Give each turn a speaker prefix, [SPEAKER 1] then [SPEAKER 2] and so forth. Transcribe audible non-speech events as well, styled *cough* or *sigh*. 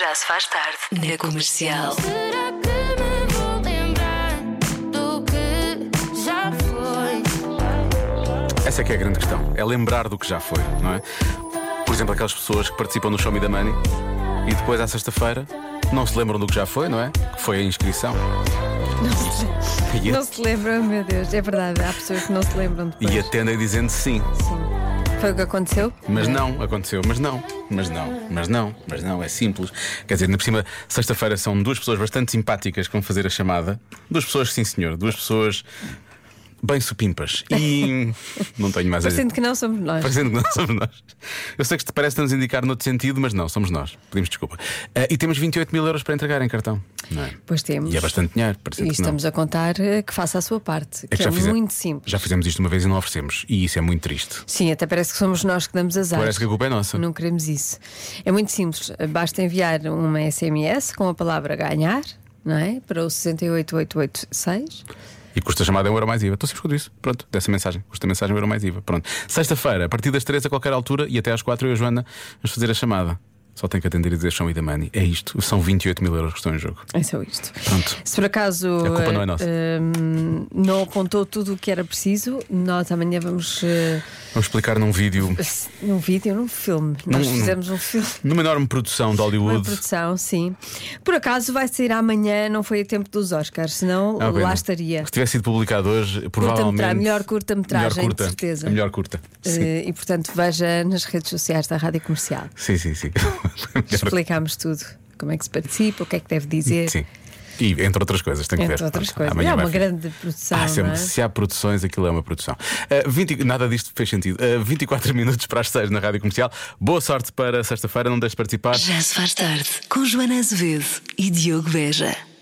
[SPEAKER 1] Já se faz tarde na comercial.
[SPEAKER 2] Será que me vou lembrar do que já foi?
[SPEAKER 3] Essa é que é a grande questão. É lembrar do que já foi, não é? Por exemplo, aquelas pessoas que participam no Show Me the Money e depois, à sexta-feira, não se lembram do que já foi, não é? Que foi a inscrição. E,
[SPEAKER 4] Não se lembram, meu Deus, é verdade. Há pessoas que não se lembram depois.
[SPEAKER 3] e é- atendem dizendo sim.
[SPEAKER 4] Sim. Foi o que aconteceu?
[SPEAKER 3] Mas não, aconteceu. Mas não, mas não, mas não, mas não. É simples. Quer dizer, na por cima, sexta-feira são duas pessoas bastante simpáticas que vão fazer a chamada. Duas pessoas, sim senhor. Duas pessoas bem supimpas.
[SPEAKER 4] *laughs*
[SPEAKER 3] E não tenho mais a dizer.
[SPEAKER 4] Parecendo que não somos nós.
[SPEAKER 3] Parecendo que não *laughs* somos nós. Eu sei que te parece nos indicar noutro sentido, mas não, somos nós. Pedimos desculpa. Ah, e temos 28 mil euros para entregar em cartão. Não é?
[SPEAKER 4] Pois temos.
[SPEAKER 3] E é bastante dinheiro, parecendo
[SPEAKER 4] E
[SPEAKER 3] que não.
[SPEAKER 4] estamos a contar eh, que faça a sua parte,
[SPEAKER 3] É
[SPEAKER 4] que,
[SPEAKER 3] que
[SPEAKER 4] é
[SPEAKER 3] já fize-
[SPEAKER 4] muito simples.
[SPEAKER 3] Já fizemos isto uma vez e não oferecemos. E isso é muito triste.
[SPEAKER 4] Sim, até parece que somos nós que damos azar.
[SPEAKER 3] Parece que a culpa é nossa.
[SPEAKER 4] Não queremos isso. É muito simples. Basta enviar um uma SMS com a palavra ganhar, não é? Para o 68886.
[SPEAKER 3] E custa a chamada um euro mais IVA. Estou sempre com isso. Pronto, dessa mensagem. Custa a mensagem um euro mais IVA. Pronto. Sexta-feira, a partir das 3 a qualquer altura e até às 4 eu e a Joana vamos fazer a chamada. Só tenho que atender e dizer show e da money. É isto. São 28 mil euros que estão em jogo.
[SPEAKER 4] É só isto.
[SPEAKER 3] Pronto.
[SPEAKER 4] Se por acaso
[SPEAKER 3] A culpa
[SPEAKER 4] eh,
[SPEAKER 3] não é nossa.
[SPEAKER 4] eh, não apontou tudo o que era preciso, nós amanhã vamos eh,
[SPEAKER 3] Vamos explicar num
[SPEAKER 4] *laughs*
[SPEAKER 3] vídeo,
[SPEAKER 4] num vídeo, num filme. Nós
[SPEAKER 3] Num-
[SPEAKER 4] fizemos um filme.
[SPEAKER 3] numa enorme produção de
[SPEAKER 4] Uma
[SPEAKER 3] Hollywood.
[SPEAKER 4] produção, sim. Por acaso vai sair amanhã, não foi a tempo dos Oscars, senão
[SPEAKER 3] Ah, pena.
[SPEAKER 4] lá estaria.
[SPEAKER 3] Se tivesse sido publicado hoje, provavelmente.
[SPEAKER 4] Curta-metragem, melhor curta-metragem,
[SPEAKER 3] Melhor curta,
[SPEAKER 4] de certeza.
[SPEAKER 3] A melhor curta. Sim,
[SPEAKER 4] Eh, e portanto veja nas redes sociais da Rádio Comercial.
[SPEAKER 3] sim, sim.
[SPEAKER 4] *laughs*
[SPEAKER 3] sim.
[SPEAKER 4] Explicámos tudo. Como é que se participa, o que é que deve dizer,
[SPEAKER 3] Sim. E entre outras coisas, tem que ver.
[SPEAKER 4] entre outras
[SPEAKER 3] Pronto,
[SPEAKER 4] coisas.
[SPEAKER 3] amanhã
[SPEAKER 4] É uma
[SPEAKER 3] vai ficar.
[SPEAKER 4] grande produção.
[SPEAKER 3] Ah, sempre,
[SPEAKER 4] não é?
[SPEAKER 3] se há produções, aquilo é uma produção. Ah, 20 nada disto fez sentido. Ah, 24 *laughs* minutos para as 6 na rádio comercial. Boa sorte para sexta-feira, não deixes de participar.
[SPEAKER 1] Já se faz tarde com Joana Azevedo e Diogo Veja.